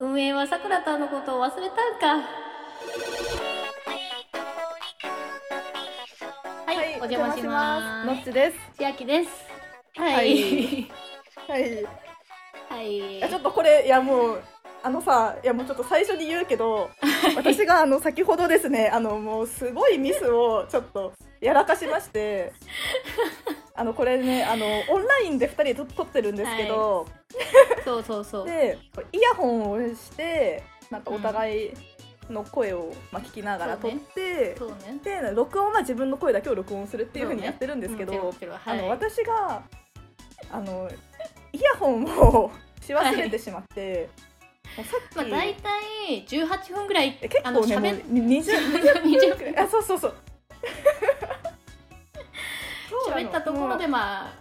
運営はさくらたんのことを忘れたんかはい、お邪魔しますのっちです。千秋ですはいははいい、 はい。いはい、やちょっとこれいやもうあのさいやもうちょっと最初に言うけど、私があの先ほどですねあのもうすごいミスをちょっとやらかしま して。あのこれねあのオンラインで2人で撮撮ってるんですけど、そうそうそうでイヤホンをしてなんかお互いの声を、まあ、聞きながら撮って、そうねで録音は自分の声だけを録音するっていうふそううにねやってるんですけど、うんもちろんもちろんあのはい私があのイヤホンをし忘れてしまって、もうさっき、まあ大体18分ぐらいえ結あの構ねも喋うっ 20 20分あそうそう そうそうなの喋ったところもでまあ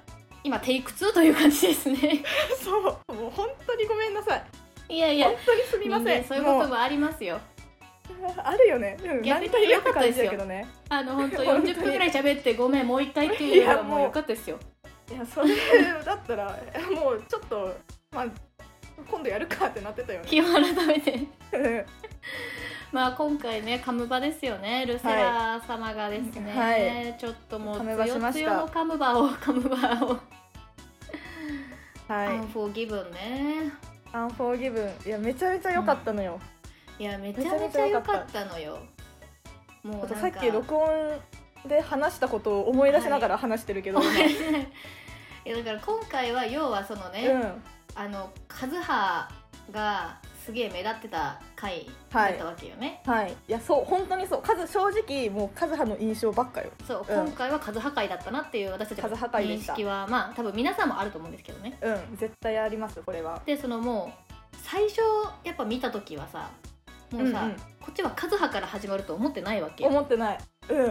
今テイク2という感じですねうそうもう本当にごめんなさい いやいや本当にすみません人間そういうこともうもありますよあるよね、うん、逆何に回良よかくった感でじすよだけどねあの 本当本当に40分ぐらい喋ってごめんもう一回っていうのがもう良かったですよいやそれだったら もうちょっとまあ今度やるかってなってたよね気を改めて うんまあ今回ねカムバですよねルセラ様がですね、はちょっともうカムバしつよまつしよたのカムバを カムバを、はいアンフォーギブンねアンフォーギブンいやめちゃめちゃ良かったのよ、いやめちゃめちゃ良かったのよもあうとなさんっかき録音で話したことを思い出しながら話してる けど、いやだから今回は要はそのね、うんあのカズハがすげえ目立ってた回だったわけよね、はいいやそう本当にそう数正直もうカズハの印象ばっかよそう、うん今回はカズハ回だったなっていう私たちのカズハ回で認した識はまあ多分皆さんもあると思うんですけどねうん絶対ありますこれはでそのもう最初やっぱ見た時はさもうさ、うんうんこっちは和葉から始まると思ってないわけ思ってないうん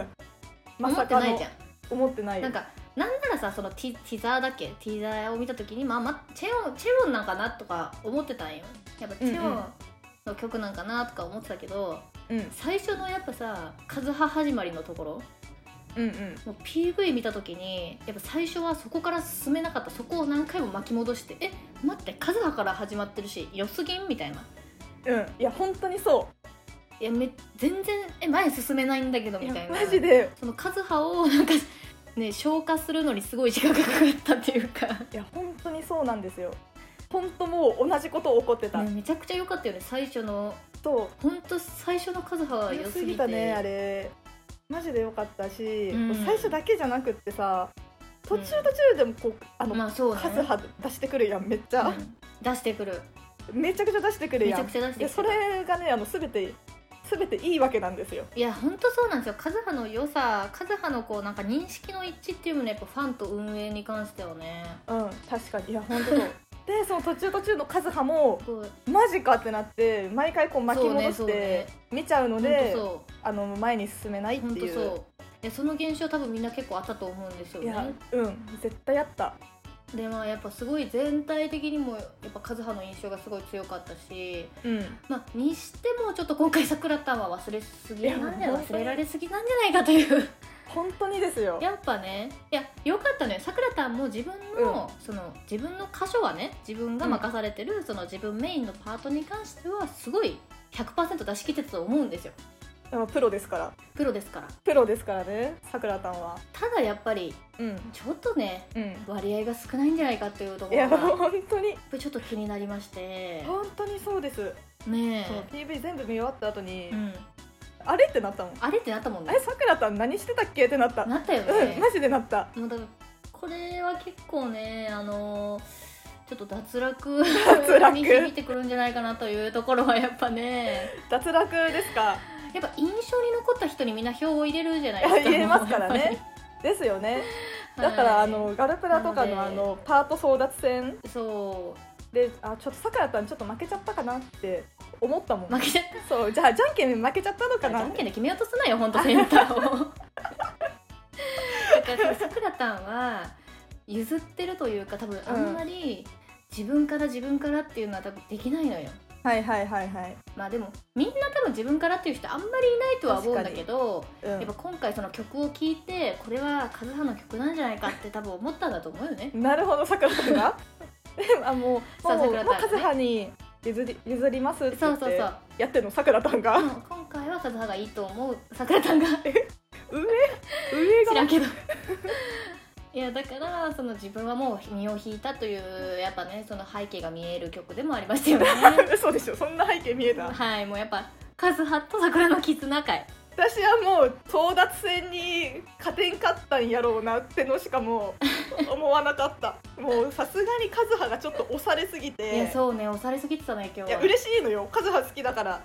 ま思さってかなのいじゃん、思ってないよなんかなんならさそのティティザーだっけティザーを見た時にまあ、まあ、チェヨンチェヨンなんかなとか思ってたんよやっぱチェヨうんうんンの曲なんかなとか思ってたけど、うん最初のやっぱさ和葉始まりのところうんうんもう PV 見た時にやっぱ最初はそこから進めなかったそこを何回も巻き戻してえ待って和葉から始まってるし良すぎんみたいなうんいや本当にそいやめ全然え前進めないんだけどういみたいやなマジでその和葉をなんかね消化するのにすごい時間がかかったっていう か、いや本当にそうなんですよ本当もう同じこと起こってた、ねめちゃくちゃ良かったよね最初のとほんと最初の和葉は良良すすぎてぎたねあれマジで良かったし、うん最初だけじゃなくってさ途中途中でもこう、あの、まあそうね数は出してくるやんめっちゃ、うん出してくるめちゃくちゃ出してくるめちやゃんくちゃ出してでくそるれがねあの全て全ていいわけなんですよいやほんとそうなんですよ和葉の良さ和葉のこうなんか認識の一致っていうのねやっぱファンと運営に関してはねうん確かにいや本当そう でその途中途中の数派もすごいマジかってなって毎回こう巻きそ戻うしねそうねて見ちゃうのほんでとそうあの前に進めないってほんというそういやその現象多分みんな結構あったと思うんですよいやねうん絶対やったでまあやっぱすごい全体的にもやっぱ和葉の印象がすごい強かったし、うんまあ、にしてもちょっと今回さくらたんは忘れすぎなんじゃいや忘れられすぎなんじゃないかという 本当にですよやっぱねいやよかったねさくらたんも自分の,、その自分の箇所はね自分が任されてる、その自分メインのパートに関してはすごい100%出し切ってたと思うんですようんプロですからプロですからプロですからねさくらたんはただやっぱりうんちょっとねうん割合が少ないんじゃないかというとこいやろが本当にちょっと気になりまして本当にそうです、ねそう PV 全部見終わった後に、え、うんあれってなったもんあれってなったもんあねれさくらたん何してたっけってなったなったようねんマジでなったもうだからこれは結構ねあのーちょっと脱落脱落に響いてくるんじゃないかなというところはやっぱね脱落ですかやっぱ印象に残った人にみんな票を入れるじゃない ですか言えますからねですよねだから、はいあのガルプラとかなののあでのパート争奪戦そであちょっとさくらたんちょっと負けちゃったかなって思ったもんう負けちゃっそうじゃあじゃんけん負けちゃったのたかじなゃんけんで決めようとすなよほんとセンター をだからさくらたんは譲ってるというか多分あんまり自分から自分からっていうのは多分できないのよはいはいはいはい、まあでもみんな多分自分からっていう人あんまりいないとは思うんだけど、うん、。やっぱ今回その曲を聴いてこれはカズハの曲なんじゃないかって多分思ったんだと思うよね なるほど、さくらさんが。でもあもう、そうもう、桜もさうんねカズハに譲り譲りますって言ってそうそうそうやってるのさくらたんがでも今回は笹葉がいいと思う桜さんが上 上知がらんけど いやだからその自分はもう身を引いたというやっぱねその背景が見える曲でもありました よねそうでしょそんな背景見えたはいもうやっぱカズハと桜の絆会私はもう争奪戦に勝てんかったんやろうなってのしかも う思わなかったもうさすがに和葉がちょっと押されすぎていやそうね押されすぎてたね今い日やは嬉しいのよ和葉好きだから和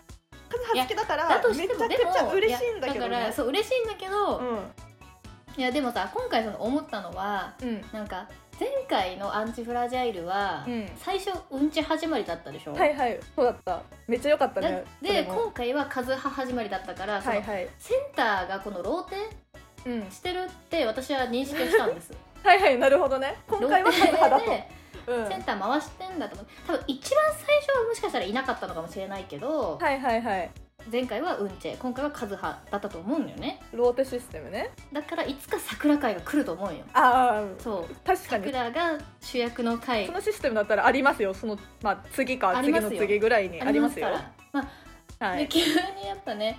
葉好きだからだとめしちてゃもくでちゃも嬉しいんだけどいやだからねそう嬉しいんだけど、ういやでもさ今回その思ったのはんうんなんか前回の「アンチフラジャイルは」うん最初うんち始まりだったでしょ、はいはいそうだっためっちゃ良かっただねそれでも今回はカズハ始まりだったから、そはのいはいセンターがこのローテうんしてるって私は認識をしたんですはいはいなるほどね 今回は和葉だローテとうんでセンター回してんだと思う多分一番最初はもしかしたらいなかったのかもしれないけど、はいはいはい前回はうんち今回はカズハだったと思うんだよねローテシステムねだからいつか桜会が来ると思うよああそう確かに桜が主役の会そのシステムだったらありますよその、まあ、次かあり次ますのよ次ぐらいにありますよあからまあはでい、急にやっぱね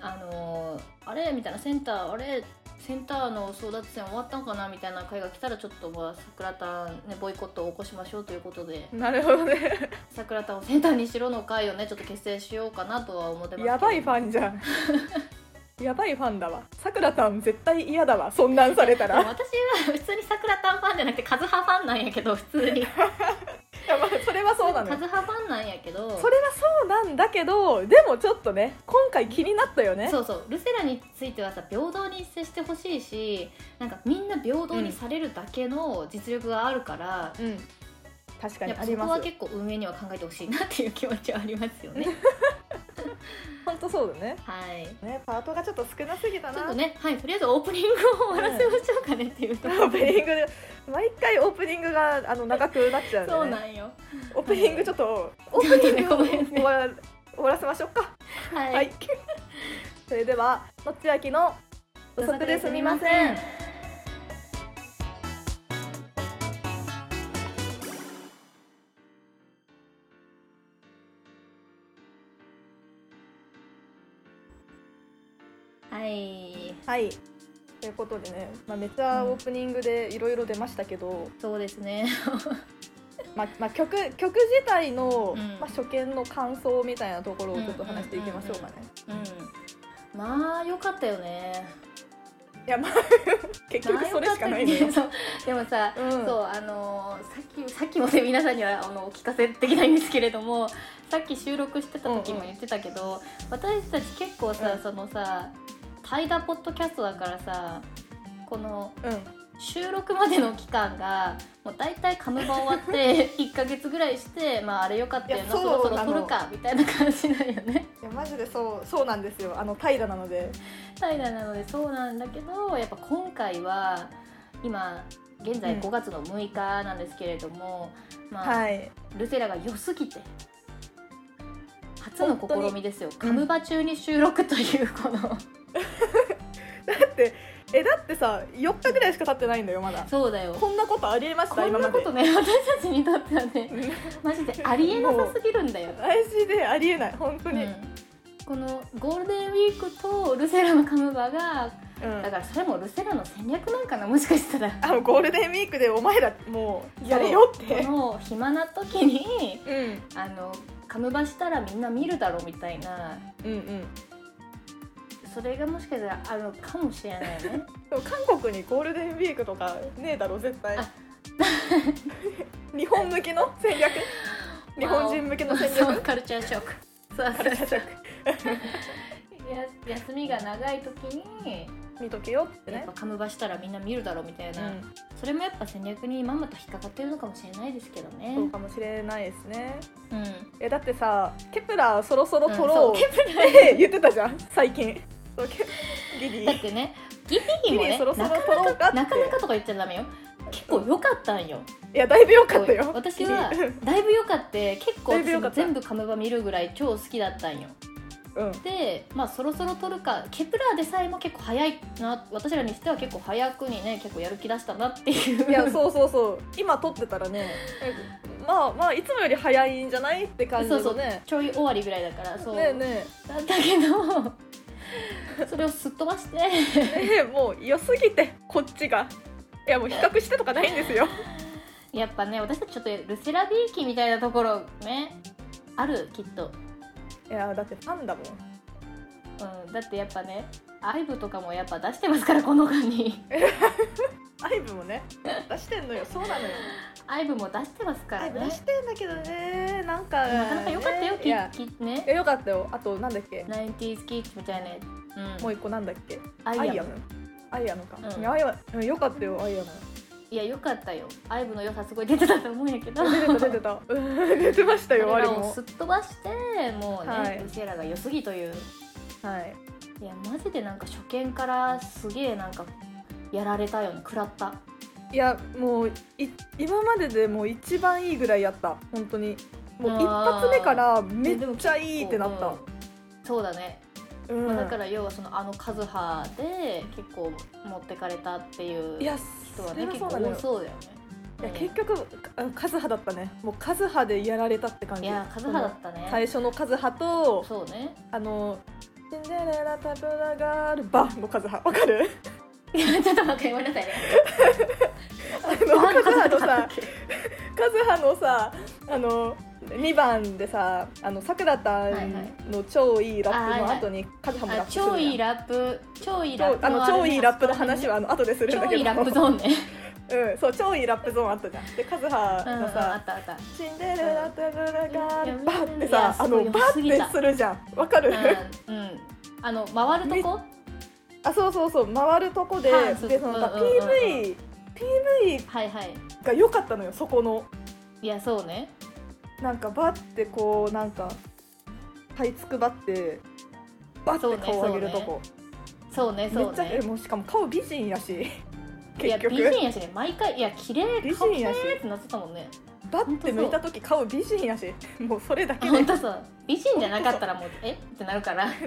あのーあれみたいなセンターあれセンターの争奪戦終わったんかなみたいな会が来たらちょっとまあ桜田ねボイコットを起こしましょうということでなるほ どね桜田をセンターにしろの会をねちょっと結成しようかなとは思ってますけどやばいファンじゃ んやばいファンだわさくらたん絶対嫌だわそんなんさ れたらでも私は普通に桜田ファンじゃなくてカズハファンなんやけど普通にいやまあそれはそうなのカよズハファンなんやけどそれはそうなんだけどでもちょっとね今回気になったよねそうそうルセラについてはさ平等に接してほしいしなんかみんな平等にされるだけの実力があるから、うん確かにやっあぱりそこはます結構運営には考えてほしいなっていう気持ちはありますよね。 本当そうだねはい。ねパートがちょっと少なすぎたちょなっとね、はい、とりあえずオープニングを終わらせましょうかねっていうとオころープで。ニングで毎回オープニングがあの長くなっちゃうんで、ね、そうなんよ。オープニングちょっとオオープニンンググをごめん終ね。わら終わらせましょうかははい。それでは、のっちあきの土足ですみません。。はい。はい。ということでね、まあ、めちゃオープニングでいろいろ出ましたけど、そうですね。まあ、まあ、曲、曲自体の、うんまあ、初見の感想みたいなところをちょっと話していきましょうかね。うん。まあ良かったよね。いや、まあ、 結ま局あそ良れかっしたよかなねいのよ。そうでもさ、うんそうあのーさっきさっきもね皆さんにはあのお聞かせできないんですけれどもさっき収録してた時も言ってたけど、私たち結構さ、うんそのさ対談ポッドキャストだからさこのうん、収録までの期間がもう大体カムバ終わって 1か月ぐらいしてまああれよかったよいなやそろそそうろなの撮るかみたいな感じなんよね。いやマジでそうそうなんですよあの怠惰なのでタイラなのでそうなんだけどやっぱ今回は今現う在ん5月の6日なんですけれども、まあはいルセラが良すぎて初の本当に試みですよカムバ中に収録というこの、だってえだってさ4日ぐらいしか経ってないんだよまだそうだよこんなことありえましこたん今なまこでとね私たちにとってはねうん マジでありえなさすぎるんだよ、大事でありえない本当うに、んこのゴールデンウィークとルセラのカムバがうんだからそれもルセラの戦略なんかなもしかしたらあのゴールデンウィークでお前らもうやれよっこての暇な時にうんうんあのカムバしたらみんな見るだろうみたいなうんそれがもしかしたらあるのかもしれないよ ねでも韓国にゴールデンウィークとかねえだろ絶対あ 日本向けの戦 略日本人向けの戦まあそ略うカルチャーショックそうそうそう や休みが長い時に見とけよってやっねぱカムバしたらみんな見るだろうみたいな、うんそれもやっぱ戦略にまんまと引っかかってるのかもしれないですけどねそうかもしれないですねうんえだってさケプラーそろそろ取ろううんそう っケて言ってたじゃん最近そうケギリだってねギリもギリねそろそろなかな撮ろうかっかてなかなかとか言っちゃダメよ結構良かったんよいやだいぶ良かったよ私はギリだいぶ良かって結構だいぶ良か私った全部カムバ見るぐらい超好きだったんようんで、まあ、そろそろ撮るかケプラーでさえも結構早いな私らにしては結構早くにね結構やる気出したなっていういやそうそうそう今撮ってたらねまあまあいつもより早いんじゃないって感じそうのそうね ちょい終わりぐらいだからそう、ねえねだだけどそれをすっ飛ばしてえねえもう良すぎてこっちがいやもう比較してとかないんですよ やっぱね私たちちょっとルセラビーキみたいなところねあるきっと、いやだってファンだもんうん、だってやっぱねアイブとかもやっぱ出してますからこの間にアイブもね出してんのよそうなのよアイブも出してますかアらイブね出してんだけどねなんかなかなか良かったよ、いやききねいやよかったよあとなんだっけナインティーズキッズみたいなやつ、うん、もう一個なんだっけアアイイアアムムアイアムか、うんいやアイアムよかったよアイアムいや良かったよアイブの良さすごい出てたと思うんやけど出 てた出てた うん出てましたよああれれらをもすっ飛ばしてもうね、はいルシエラが良すぎというはいいやマジでなんか初見からすげえなんかやられたよね食らったいやもうい今まででもう一番いいぐらいやった本当にもうあー一発目からめっちゃいいってなっうんた、そうだね、うんまあだから要はそのあのカズハで結構持ってかれたっていういや人はそねれは結そ構うなの多よそうだよねいやうん結局あカズハだったねもうカズハでやられたって感じいやカズハだったね最初のカズハとそうね あの「シンデレラタブラガールバ」のカズハわ かるいやちょっと待ってごめんなさいねあのカズハのだっさけカズハのさあの2番でさあのさくらたんの超いいラップの後にカズハもラッあプする超いいララップ超いいラッッププあのれね超いいラップの話はあの後でするん超だけどいいラップゾーンね うんそう超いいラップゾーンあったじゃんでカズハうんうんのあさったあった「シンデレラタブラガールバ」っていやさすあごのいバ良っすぎたてするじゃんわかる、うん、うん、あの回るとこあそうそうそう回るとこで、はいそうでそのさうんうんうんうん PV PV はいはいが良かったのよそこのいやそうねなんかバッてこうなんかはいつくばってバッて顔を上げるとこ、そうねめそっうちゃえねもうしかも顔美人やしいや結美局人やしね毎回いや綺麗美かっこ人いいやしってなってたもんねバッて向いた時顔美人やしもうそれだけで本当そう美人じゃなかったらもうえってなるからえ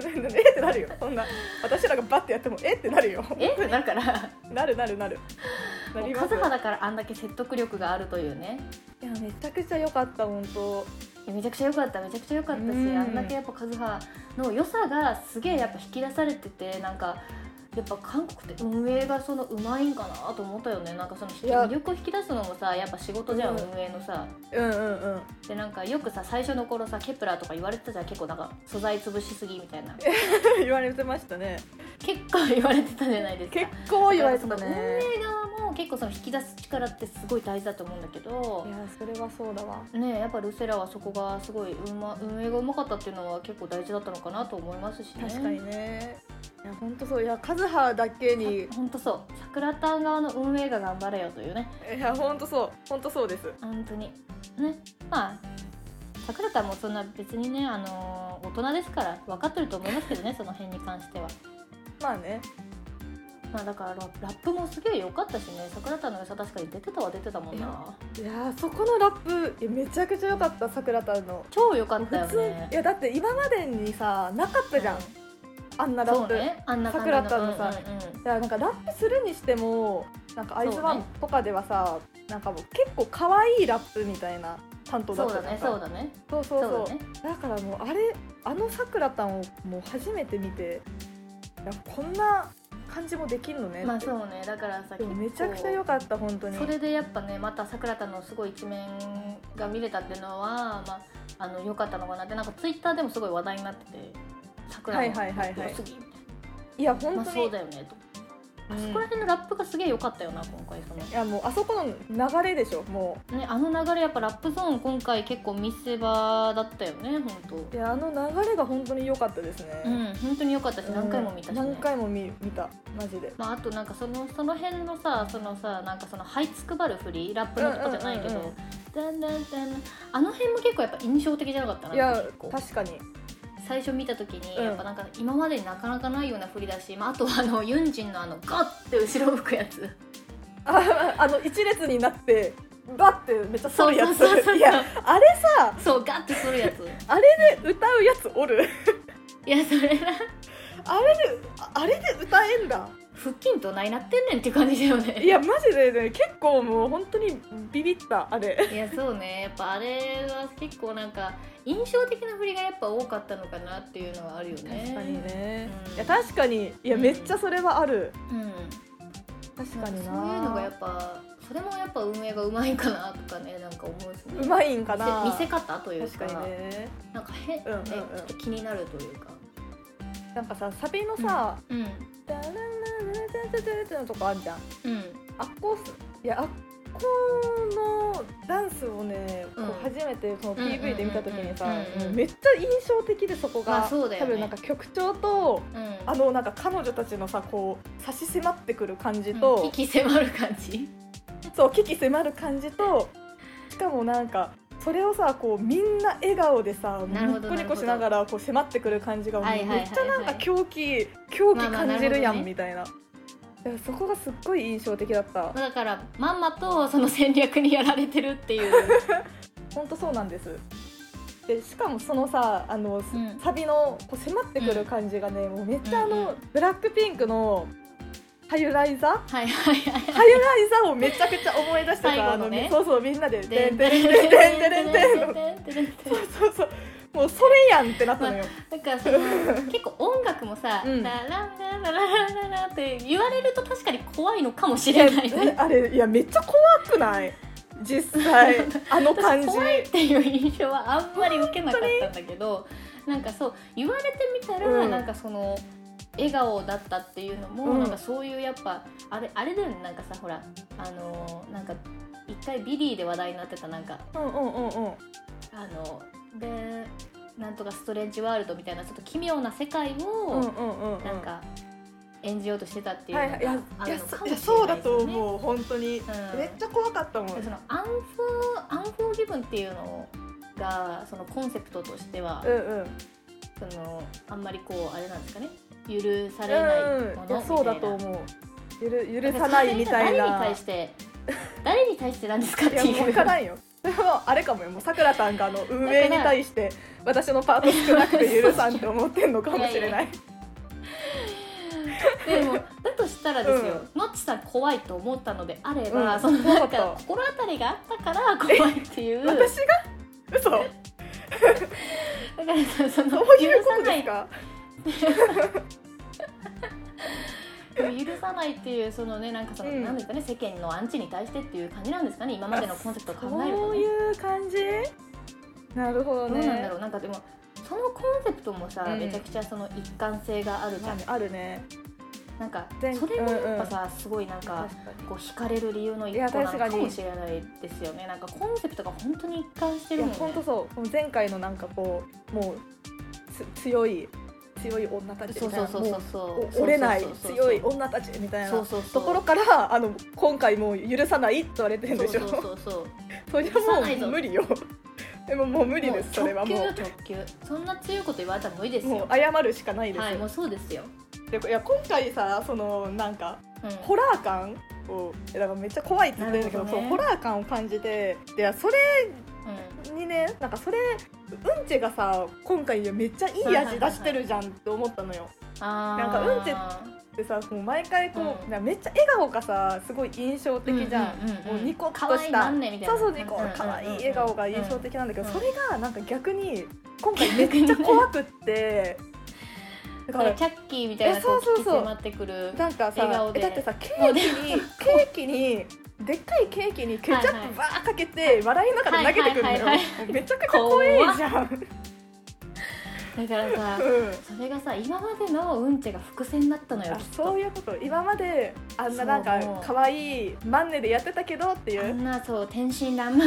ってなるよそんな私らがバッてやってもえってなるよえってなるからなるなるなるなもうりまカすズよハだからあんだけ説得力があるというねいやめちゃくちゃ良かった本当いやめちゃくちゃ良かっためちゃくちゃ良かったしうんあんだけやっぱカズハの良さがすげえやっぱ引き出されててなんかやっぱ韓国って運営がそのうまいんかなと思ったよねなんかその引きいや魅力を引き出すのもさやっぱ仕事じゃん、うん運営のさうんうんうん でなんかよくさ最初の頃さケプラーとか言われてたじゃん結構なんか素材潰しすぎみたいな言われてましたね結構言われてたじゃないですか結構言われてただからそのね運営側も結構その引き出す力ってすごい大事だと思うんだけどいやそれはそうだわねえやっぱルセラはそこがすごいうま運営がうまかったっていうのは結構大事だったのかなと思いますしね確かにねいや本当そういやカズハだけ にい本当そう桜田側の運営が頑張れよというねや本当そう本当そうです本当にねまあ桜田もそんな別にねあのー大人ですから分かってると思いますけ どねその辺に関してはまあねまあだからララップもすげえ良かったしね桜田の良さ確かに出てたは出てたもんないやそこのラップいやめちゃくちゃ良かったさくらたんの超良かったよ普ね通いやだって今までにさなかったじゃん、うあんなラそッうプ、ねあんな感じの桜田のさうんうんうんいやなんかラップするにしてもなんかアイズワンとかではさ、なんかもう結構可愛いラップみたいな担当だそっうただじゃんねそうだねそうそそううそうだねだからもうあれあのさくらたんをもう初めて見ていやこんな感じもできんのねって、まあそうねだからさでもめちゃくちゃ良かった本当にそれでやっぱねまた桜田のすごい一面が見れたっていうのは、まあ、あの良かったのかなってなんかツイッターでもすごい話題になってて桜は田いのはいはいはい良すぎいやま本あ当そうに、だよねと、うんあそこら辺のラップがすげえ良かったよな今回そのいやもうあそこの流れでしょもねあの流れやっぱラップゾーン今回結構見せ場だったよね本ういやあの流れが本当に良かったですね、当うん本当に良かったし何回も見たし、ね何回も見見たマジでまあ、あとなんかそのその辺のさそのさなんかその這いつくばる振りラップのとこじゃないけうんうんどうだんだんだんだんあの辺も結構やっぱ印象的じゃなかったないや結構確かに 最初見た時に、うんやっぱなんか今までになかなかないような振りだし、まあ、あとはあのユンジンのあのガッて後ろを吹くやつああの一列になってバッてめっちゃ反るやつそうそうそうそういやあれさそうガッてするやつ歌うやつおるいやそれはああれで歌えんだ腹筋どないなってんねんっていう感じだよねいやマジでね結構もう本当にビビったあれいやそうねやっぱあれは結構なんか印象的な振りがやっぱ多かったのかなっていうのはあるよね確かにね、うんいや確かにいやめっちゃそれはある、うん確なかんかになそういうのがやっぱそれもやっぱ運営がうまいんかなとかねなんか思うしねうまいんかな見せ見せ方という確かかにねなんか変、ねうんうんうんちょっと気になるというかなんかさサビのさうんうん「ダララララダダダダ」のとこあるじゃんあっこいやあっこのダンスをね、こううん初めてその PV で見た時にさ、うんうんうんうんうんもうめっちゃ印象的でそこが、まあそうだよね多分なんか曲調とうんあのなんか彼女たちのさこう差し迫ってくる感じうんと、息迫る感じそう危機迫る感じとしかもなんかそれをさこうみんな笑顔でさなるほニどコニコしながらこう迫ってくる感じがもうはいめはっいはいはいちゃなんか狂気狂気まあまあ感じるなるほやどねんみたいな。いやそこがすっごい印象的だったまあ。だからまんまとその戦略にやられてるっていう本当そうなんですでしかもそのさあの、すうんサビのこう迫ってくる感じがね、もうめっちゃあの、うんうんブラックピンクのハユライザはいはいはいハユライザをめちゃくちゃ思い出して最た後のねあのそうそうみんなで「でんてれんてんてれんてんてん」そうそうそうもうそれやんってなっ たのよ、なんかその結構音楽もさ「うんラランララララララ」って言われると確かに怖いのかもしいやれないね。あれいやめっちゃ怖くない 実際あの感じ怖いっていう印象はあんまり受けなかったんだけどなんかそう言われてみたら、うんなんかその笑顔だったっていうのも、うんなんかそういうやっぱあれあれだよねなんかさほらあのーなんか一回ビリーで話題になってたなんかうんうんうんうあんのでなんとかストレッチワールドみたいなちょっと奇妙な世界うんうんをうんうんなんか演じようとしてたっていうはのいがはいいやあいやるのかそもいしれないですよやそねうだと思う本当に、うんめっちゃ怖かったもんそのアンフアンフォーギブンっていうのがそのコンセプトとしては、うんうんそのあんまりこうあれなんですかね許されないものみたいな、うん、いやそうだと思うゆる許さないみたい誰にな対して誰に対してなんですかっていやいうもう分からんよ それはあれかもよもうさくらさんがあの運営に対して私のパート少なくて許さんって思ってんのかもしれないでもだとしたらですよ、ノッチさん怖いと思ったのであれば、そのなんそうだっかた心当たりがあったから怖いっていうだか私が嘘どらさそのういうこと許さなですいかでも許さないっていうそのねなんかその、うんなんですかね世間のアンチに対してっていう感じなんですかね今までのコンセプトを考えるそとうねいう感じなるほどどうねなんだろうなんかでもそのコンセプトもさ、うんめちゃくちゃその一貫性があるじゃん、まああるねなんか全それもやっぱさ、すごいなんか確かにこう惹かれる理由の一いや個なの確かかにもしれないですよねなんかコンセプトが本当に一貫しているやもんね本当そうもう前回のなんかこうもうつ強い強い女たちそみたいうなそうそうもそううそうお折れないそうそうそうそう強い女たちみたいそうなそうそうところからあの今回もう許さないって言われてるんでしょそうそうそうそう それ許さないはもぞう無理よ でももう無理ですそれはももうう直球直球そんな強いこと言われたら無理ですもよう謝るしかないです、はいもうそうですよ、でいや今回さそのなんかうん、ホラー感をだからめっちゃ怖いって言ってるんだけどなるほどねそうホラー感を感じてでいやそれにねなんかそれうんちがさ今回めっちゃいい味出してるじゃんって思ったのよななんかうんちでさもう毎回こう、うんなんかめっちゃ笑顔がさすごい印象的じゃん,、うんうんうんうんもうニコッ可と愛しいたなんねみたいそなうそうニコ可愛い笑顔が印象的なんだけど、うんそれがなんか逆に今回めっちゃ怖くってだだかかららチャッキーみたいなえそうそうそうこう迫ってくるなんか笑さ顔でえだってさケもーうキでにケーキにでっかいケーキにケチャップばーかけて笑いながら投げてくるのはよ、いはいはいめちゃくちゃ怖いじゃん、だからさうんそれがさ今までのうんちが伏線だったのよあきっとそういうこと今まであんななんかそう可愛いマンネでやってたけどっていあうんなそう天真爛漫な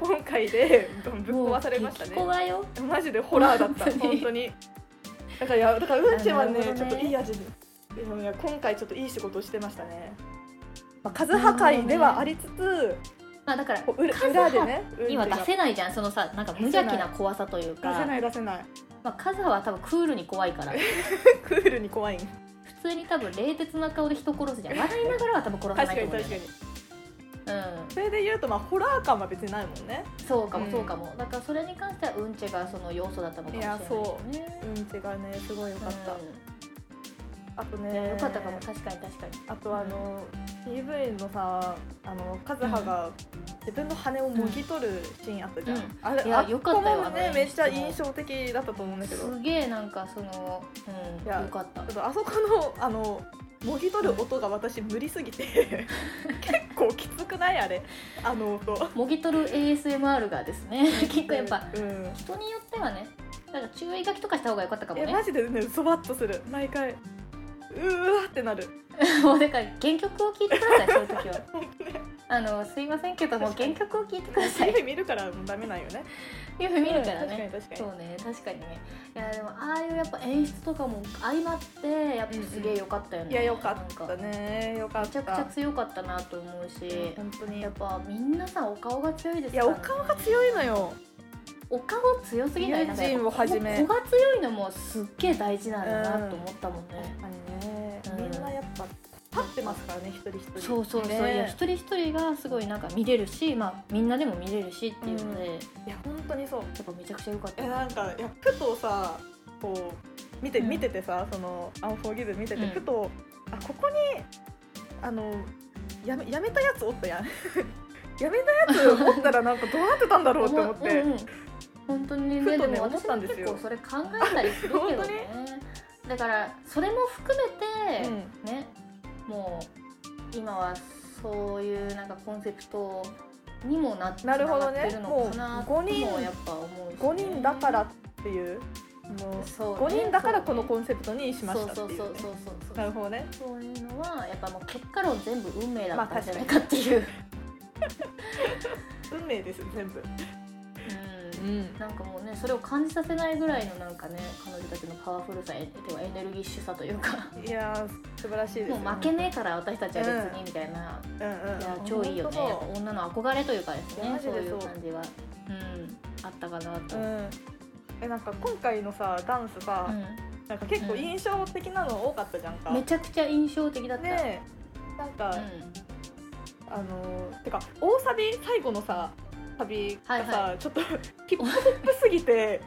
今回で ぶっもう壊されましたね激怖よマジでホラーだった本当に本当にだからいやだからうんちはねなるほちどょねっといい味ででもね今回ちょっといい仕事をしてましたね、まあ、数破壊ではありつつ、まあだからこう裏数裏でねうんち今が出せないじゃんそのさなんか無邪気な怖さという出かせない出せないまあカズハは多分クールに怖いから普クールに怖いん通に多分冷徹な顔で人殺すじゃん笑いながらは多分殺さ確なかいとに思うん確だよねかにうんそれで言うとまあホラー感は別にないもんねそうかうもんそうかも、だからそれに関してはうんちがその要素だったのかもしれないですねいやうん違うねすごいよかった、あとうんいやねよかったかも確かに確かにあとあの PV のさあのカズハが自分の羽をもぎ取るシーンあったじゃん、うんあれいやあよかったよここもあねのめっちゃ印象的だったと思うんだけどすげえなんかその、うん、いやよかったちょっとあそこのあのもぎ取る音が私無理すぎて 結構きつくないあれあの音もぎ取る ASMR がですね結構やっぱうん人によってはねなんか注意書きとかした方が良かったかもえねマジでねゾワッとする毎回うーわってなるもうだから原曲を聴いてください そういう時はあのすいませんけども原曲を聴いてください TV 見るからもうダメなんよね夢見るからねうん確かに確かにそうね確かにねいやでもああいうやっぱ演出とかも相まってやっぱすげえ良かったよね、いやよかっなたんかねよかっめちたゃくちゃ強かったなと思うし本当にやっぱみんなさんお顔が強いですいからやね、お顔が強いのよお顔強すぎない友人をはじめなんかやっぱ子が強いのもすっげえ大事なんだなと思ったもんね、確かにねうんみんなやっぱ立ってますからね一人一人そうそうそう、ねいや一人一人がすごいなんか見れるし、まあ、みんなでも見れるしっていうので、うんやいや本当にそうっぱめちゃくちゃ良かったえなんかいやふとさこう見てうん見ててさ、その「アンフォーギブ」見てて、うんふとあここにあのやめやめたやつおったやん やめたやつおったらなんかどうなってたんだろうって思って、うんうん本当にねふとねでも思っ私もたんです結よ構それ考えたりするけど本当ねだからそれも含めて、うんねもう今はそういうなんかコンセプトにもなってなるほどねるのかなともう五人もやっぱ思うし、ね、 5人だからっていうもうそう、ね、 5人だからこのコンセプトにしまそしうたってそいうう,、ね、そうそうそうそうなるほどねそういうのはやっぱもう結果論全部運命だったんじゃないかっていう、運命です全部、うんなんかもうねそれを感じさせないぐらいのなんかね彼女たちのパワフルさえてはエネルギッシュさという かいやー素晴らしいですもよう負けねえから私たちは別にみたいな、うんうんいや超いいよねやっぱ本女の憧れというかですいやねマジそうでいうそう感じは、うん、あったかな当と、そううんうんえなんか今回のさダンスさ、なんか結構印象的なの多かったじゃんか。めちゃくちゃ印象的だった、ねなんうか、んあのーてか大サビ最後のさサビがさ、はいちょっと ヒップホップすぎて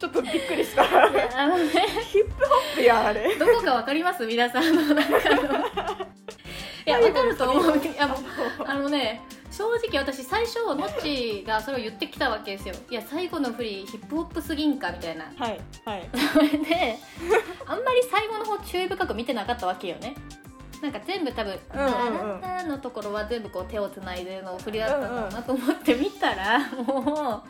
ちょっとびっくりし た。いやあのねヒップホップやあれ。どこかわかります皆さんの中のいやわかると思ういやもうあのね正直私最初ノッチがそれを言ってきたわけですよいや最後の振りヒップホップすぎんかみたいな はいはい。それであんまり最後の方注意深く見てなかったわけよねなんか全部多分「うんうんうんあなた」のところは全部こう手をつないでの振りだったんだろうなと思って見たらも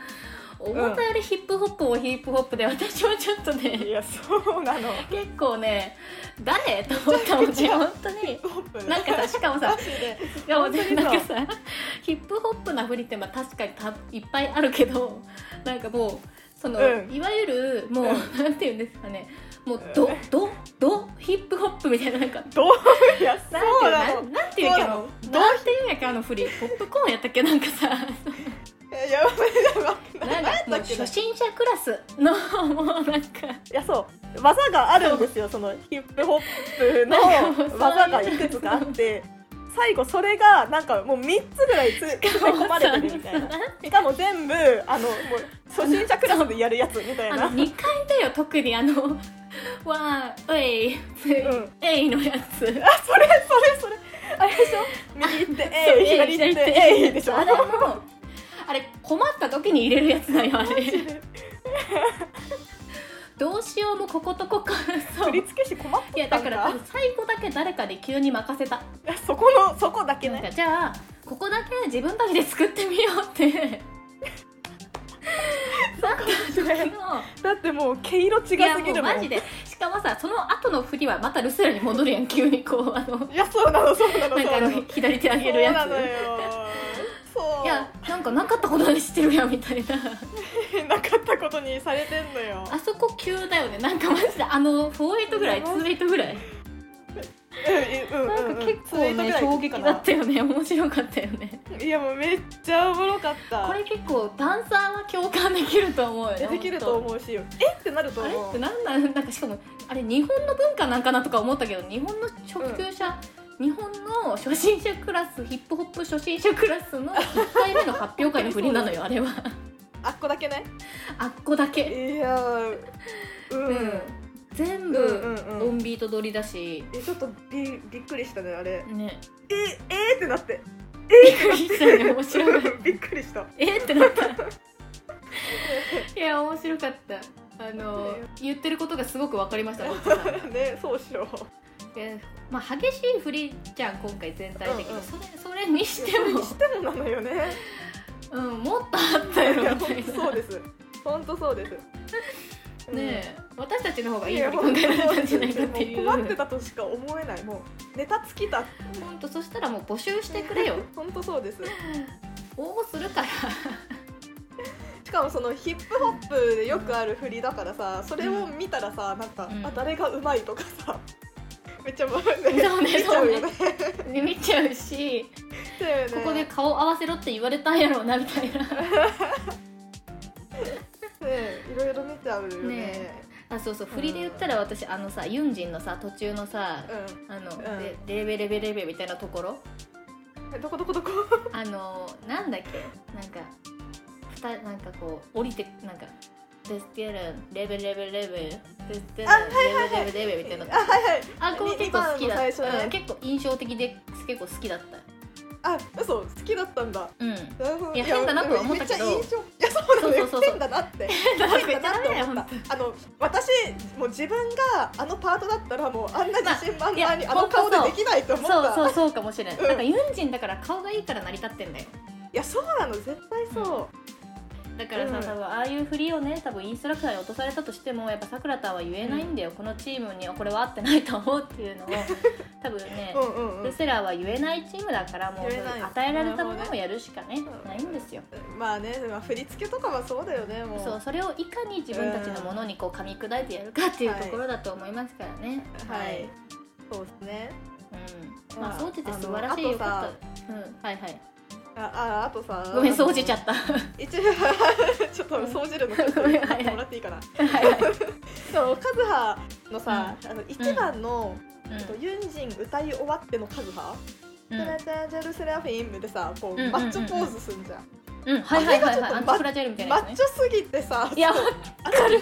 う思ったよりヒップホップをヒップホップで私はちょっとねいやそうなの。結構ね誰と思ったもんね本当にヒップホップ。なんかさしかもさマジでしかも本当にさなんかさヒップホップな振りってまあ確かにたいっぱいあるけどなんかもうその、うんいわゆるもう、うなんていうんですかねもううんドドドヒップホップみたいななんか。どういやなんそうてないうの。なんなんていうんやろそうなのなんていうんやっけあの振りポップコーンやったっけなんかさえやばいやばい。なんかもうっけ初心者クラスのもうなんかいやそう技があるんですよそのヒップホップのなんかもうそういう技がいくつかあって最後それがなんかもう3つぐらいつ詰め込まれてるみたいなそうしかも全部あのもう初心者クラスでやるやつみたいあなの2階だよ特にあの 「わーうえいうんえい」のやつあそれそれそれあれでしょ右行ってえいそう左行ってえいでし ょあれもあれ困った時に入れるやつだよあれどうしようもこことここそう振り付け師困っいてやただんかから多分最後だけ誰かで急に任せたそこのそこだけなんかねじゃあここだけ自分たちで作ってみようって なんかだってもう毛色違いすいやもぎうるもんマジでしかもさその後の振りはまたルセラに戻るやん急にこうあのいやそうなのそうなのなんかそあうなのの左手上げるそうやなつのよそういやなんかなかったことにしてるやんみたいななかったことにされてんのよ あそこ急だよねなんかマジであの48ぐらいいやマジ28ぐらいうんうんなんうんかうん結構ね衝撃だっツたよね面白かったよねイートぐらいかないやもうめっちゃおもろかったこれ結構ダンサーは共感できると思うよねできるとう思うしよえってなるとあれ思っうてなんなんなんかしかもあれ日本の文化なんかなとか思ったけど日本の初級者、日本の初心者クラスヒップホップ初心者クラスの1回目の発表会の振りなのよあれはあっこだけね あっこだけ、いやーうん、うん全うんう部んうんオンビート撮りだし、えちょっとびびっくりしたねあれねええー、って なってびっくりしたよね面白いびっくりした えってなったいや面白かったあの言ってることがすごく分かりま したこっちはねそうしよでまあ、激しい振りじゃん今回全体的に、うんうんそれそれにうして もにしてもなのよねうん、もっとあったよいやみた本い当なそうです本当そうですうんねえ私たちの方がいいいやって考本当えられそうたんでじすゃないかっていうもう困ってたとしか思えないもうネタ尽きた本当そしたらもう募集してくれ よ本当そうです応募するからしかもそのヒップホップでよくある振りだからさそれを見たらさなんか、うんあ誰がうまいとかさめっちゃ笑そうね見ちゃうよねで見ちゃうしだよねここで顔合わせろって言われたんやろうなみたいなねいろいろ見ちゃうよねねあそうそう振りで言ったら私あのさユンジンのさ途中のさうあの、んででレベレベレベみたいなところんえどこどこどこあのなんだっけなんかふたなんかこう降りてなんか「デスティエルンレベレベレベデスティエルンあはいはいはいレベレベレベ」みたいなあはいはいあこう結に構好きだ二番の最初ねうん、結構印象的で結構好きだったあ嘘好きだったんだうん なるほどいや変だなとは思ったけどめっちゃ印象いやそうなそうのよそうそうそう変だなってめっちゃダメだよ変本だなって思ったあの私もう自分があのパートだったらもうあんな自信満々にまああいやの顔でほんとできない当と思っそうたそうそうかもしれない、うんなんかユンジンだから顔がいいから成り立ってんだよいやそうなの絶対そうだからさ、うん多分ああいう振りをね多分インストラクターに落とされたとしてもやっぱさくらたんは言えないんだよ、このチームにはこれは合ってないと思うって いうのを多分ね、うんうんうルんセラーは言えないチームだからもう言えない与えられたものをやるしかねるほどねないんですよ、まあねまあ振り付けとかはそうだよねもうそうそれをいかに自分たちのものにこう噛み砕いてやるかっていうところだと思いますからね、はいそうですねうん、まあ掃除って素晴らしいあのよかった。うん、はいはい。あああとさごめん掃除ちゃたった。は一応ちょっと掃除るのちょっとごめんやはいはいってもらっていいかな、いはいそうカズハのさ、あの一番の、うんえっとユンジン歌い終わってのカズハ、うタラタラジャルセラフィンムでさこう、うんマッチョポーズすんじゃん,、ん、うん、はいはいはいはい。 アあれンがちチょっとフラジャイルみたいなやつマッねチ。ョすぎてさいや、わあれ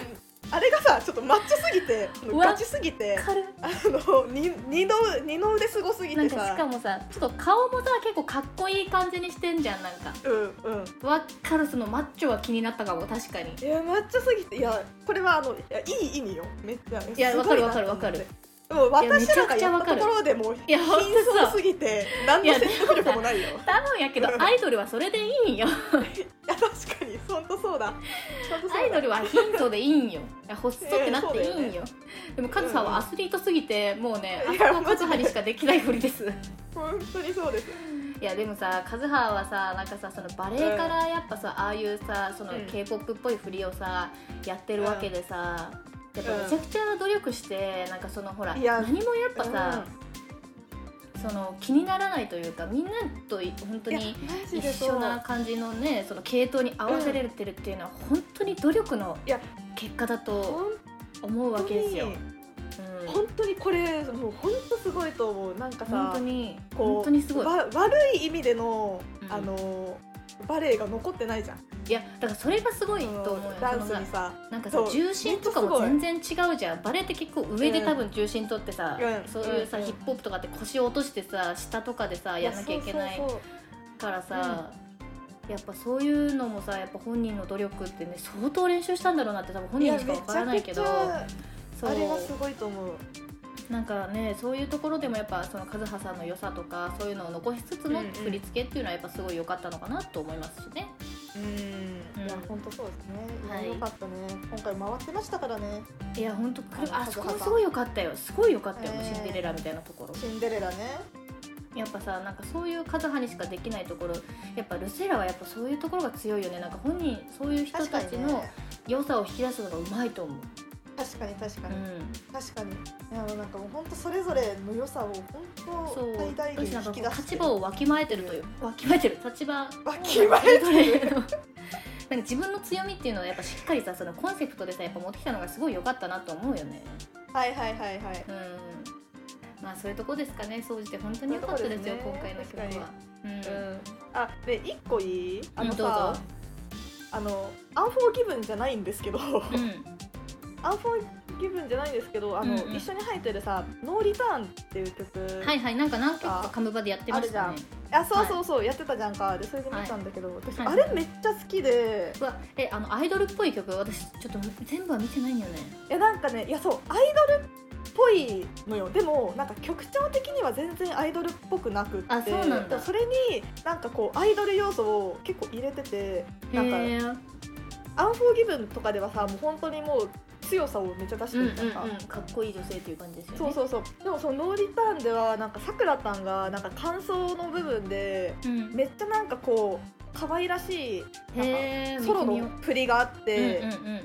あれがさちょっとマッチョすぎてあのうわガチすぎてかる。あのに二の二の腕すごすぎなんてかしさかもさ、ちょっと顔もさ結構かっこいい感じにしてんじゃんなんか。うんうんわっかるそのマッチョは気になったかも確かに。いやマッチョすぎていやこれはあのいやいい意味よめっちゃいやすわかごなるわかるわかると思ってでも私らがいややっめちゃくちゃわたかるところでもう いや貧ほんとそう相すぎて何の説得力もないよ多分やけど うんアイドルはそれでいいんよ。いや確かに本当そうだ本当そう だアイドルはヒントでいいんよ。いやホッソってなっていいえんよ。でもカズさんはアスリートすぎてもうね、いあそこやはカズハにしかできない振りです。本当にそうですいやでもさカズハはさなんかさそのバレエからやっぱさ、ああいうさそのうん k p o p っぽい振りをさやってるわけでさ、やっぱめちゃくちゃ努力して、なんかそのほらいや何もやっぱさ、その気にならないというかみんなとい本当うんいやにマジ一でそう緒な感じのねその系統に合わせられてるっていうのは、本当に努力のいや結果だと本思うわ当けですよ。にうん本当にこれもう本当すごいと思うなんか本さ当にこう本当にすごいわ悪い意味でのうんあのバレエが残ってないじゃんいやだからそれがすごいと思うよダンスそのにさなんかさそう重心とかも全然違うじゃんバレエって結構上で多分重心取ってさ、うんそういうさ、うんヒップホップとかって腰を落としてさ下とかでさやんなきゃいけないやそうそうからさやっぱそういうのもさやっぱ本人の努力ってね相当練習したんだろうなって多分そ本う人しかわからないけどやめちゃくちそゃあれはすうごいと思うなんかねそういうところでもやっぱその和葉さんの良さとかそういうのを残しつつのうんうん振り付けっていうのはやっぱすごい良かったのかなと思いますしね。うんいやうん本当そうですねはいいやよかったね今回回ってましたからねいやほんとあのあそこもすごい良かったよすごい良かったよ、えーシンデレラみたいなところ。シンデレラねやっぱさなんかそういうカズハにしかできないところやっぱルセラはやっぱそういうところが強いよねなんか本人そういう人確かたちにのね良さを引き出すのがうまいと思う、確かに確かうにん、確かにいやなんかもう本当それぞれの良さを本そう当最大限私なんかこ引きう出して立場をわきまえてるというわきまえてる立場わきまえてる なんか自分の強みっていうのはやっぱしっかりさそのコンセプトでさやっぱ持ってきたのがすごい良かったなと思うよねはいはいはいはいうんまあそういうとこですかね総じて本当に良かったですよそういうと今こ回のですね曲は、うんうんあで一個いいあのどうさ、あのアンフォーギブンじゃないんですけど、うんアンフォーギブンじゃないんですけどあの、うんうん一緒に入ってるさ「ノーリターン」っていう曲、はいはいなんか何曲かカムバでやってましたあるねあそうそうそう、やってたじゃんかでそれで見たんだけど、私はいあれめっちゃ好きでうわえあのアイドルっぽい曲私ちょっと全部は見てないんよねいやなんかねいやそうアイドルっぽいのよでもなんか曲調的には全然アイドルっぽくなくってあそうなんだでもそれになんかこうアイドル要素を結構入れててなんかへーアンフォーギブンとかではさもう本当にもう強さをめっちゃ出してうんうんるじゃんか、うんかっこいい女性っていう感じですよねそうそうそうでもそのノーリターンではなんかさくらたんがなんか感想の部分でう、ん、めっちゃなんかこう可愛らしいへーソロ見てのみよ振りがあっううんうんて、うんうん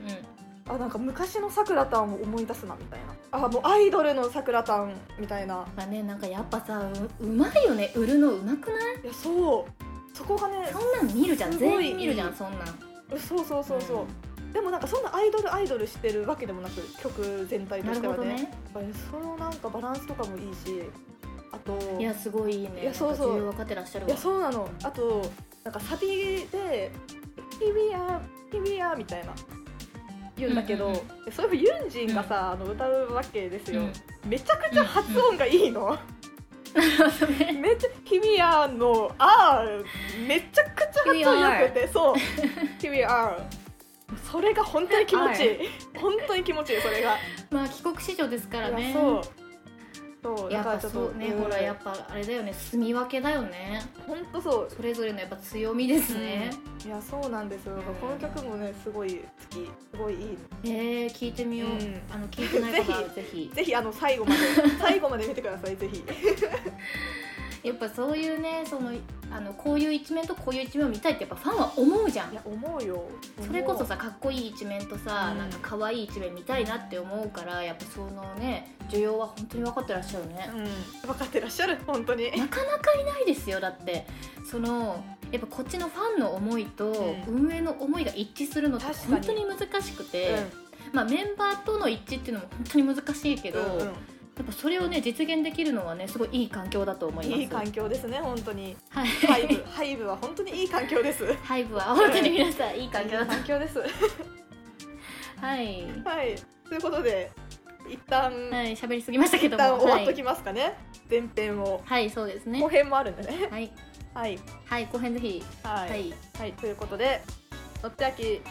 あなんか昔のさくらたんを思い出すなみたいなあもうアイドルのさくらたんみたいなまあねなんかやっぱさううまいよね売るのうまくないいやそうそこがねそんなん見るじゃんすごい全員見るじゃんそんなんそうそうそうそう、でもなんかそんなアイドルアイドルしてるわけでもなく曲全体となしるてはほねどねやっぱりそのなんかバランスとかもいいしあといやすごいいいねいやそうそなうんか需要分かってらっしゃるいわやそうなのあとなんかサビで「君や君や」みたいな言うんだけうど、んうんでそれもユンジンがさ、あの歌うわけですよ、うんめちゃくちゃ発音がいい の、めっちゃ「君や」の「あー」めちゃくちゃ発音よく てそう「君や」それが本当に気持ちいい、本当に気持ちいいそれが、まあ帰国子女ですからいねやそうそうやだっからぱちょっそとうね、ほらやっぱあれだよね住み分けだよね本当そうそれぞれのやっぱ強みですね、いやそうなんですよ、うんこの曲もねすごい好きすごいいいへえ聞いてみよう、うんあの聞いてない方はぜひ ぜひあの最後 まで最後まで見てくださいぜひやっぱそういうねそのあのこういう一面とこういう一面を見たいってやっぱファンは思うじゃいんや思うよそれこそさかっこいい一面とさ、うんなんか可愛い一面見たいなって思うからやっぱそのね需要は本当に分かってらっしゃるね思う、うん、分かってらっしゃる本当になかなかいないですよだってそのやっぱこっちのファンの思いとうん運営の思いが一致するのって確か本に当に難しくて、まあ、メンバーとの一致っていうのも本当に難しいけど、うんやっぱそれをね実現できるのはねすごいいい環境だと思いますいい環境ですね本当にはいハ イブハイブは本当にいい環境ですハイブは本当に皆さんいい環境だと環境ですはいはいということで一旦、はい喋りすぎましたけ一ど旦も終わっはとい、きますかね、前編をはい、そうですね後編もあるんでねはいはいはい後編ぜひは、はいい、はいということでのってあきえ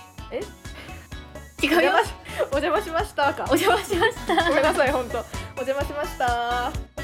違おうよ邪魔しお邪魔しましたかお邪魔しましたごめんなさい、本当。お邪魔しました。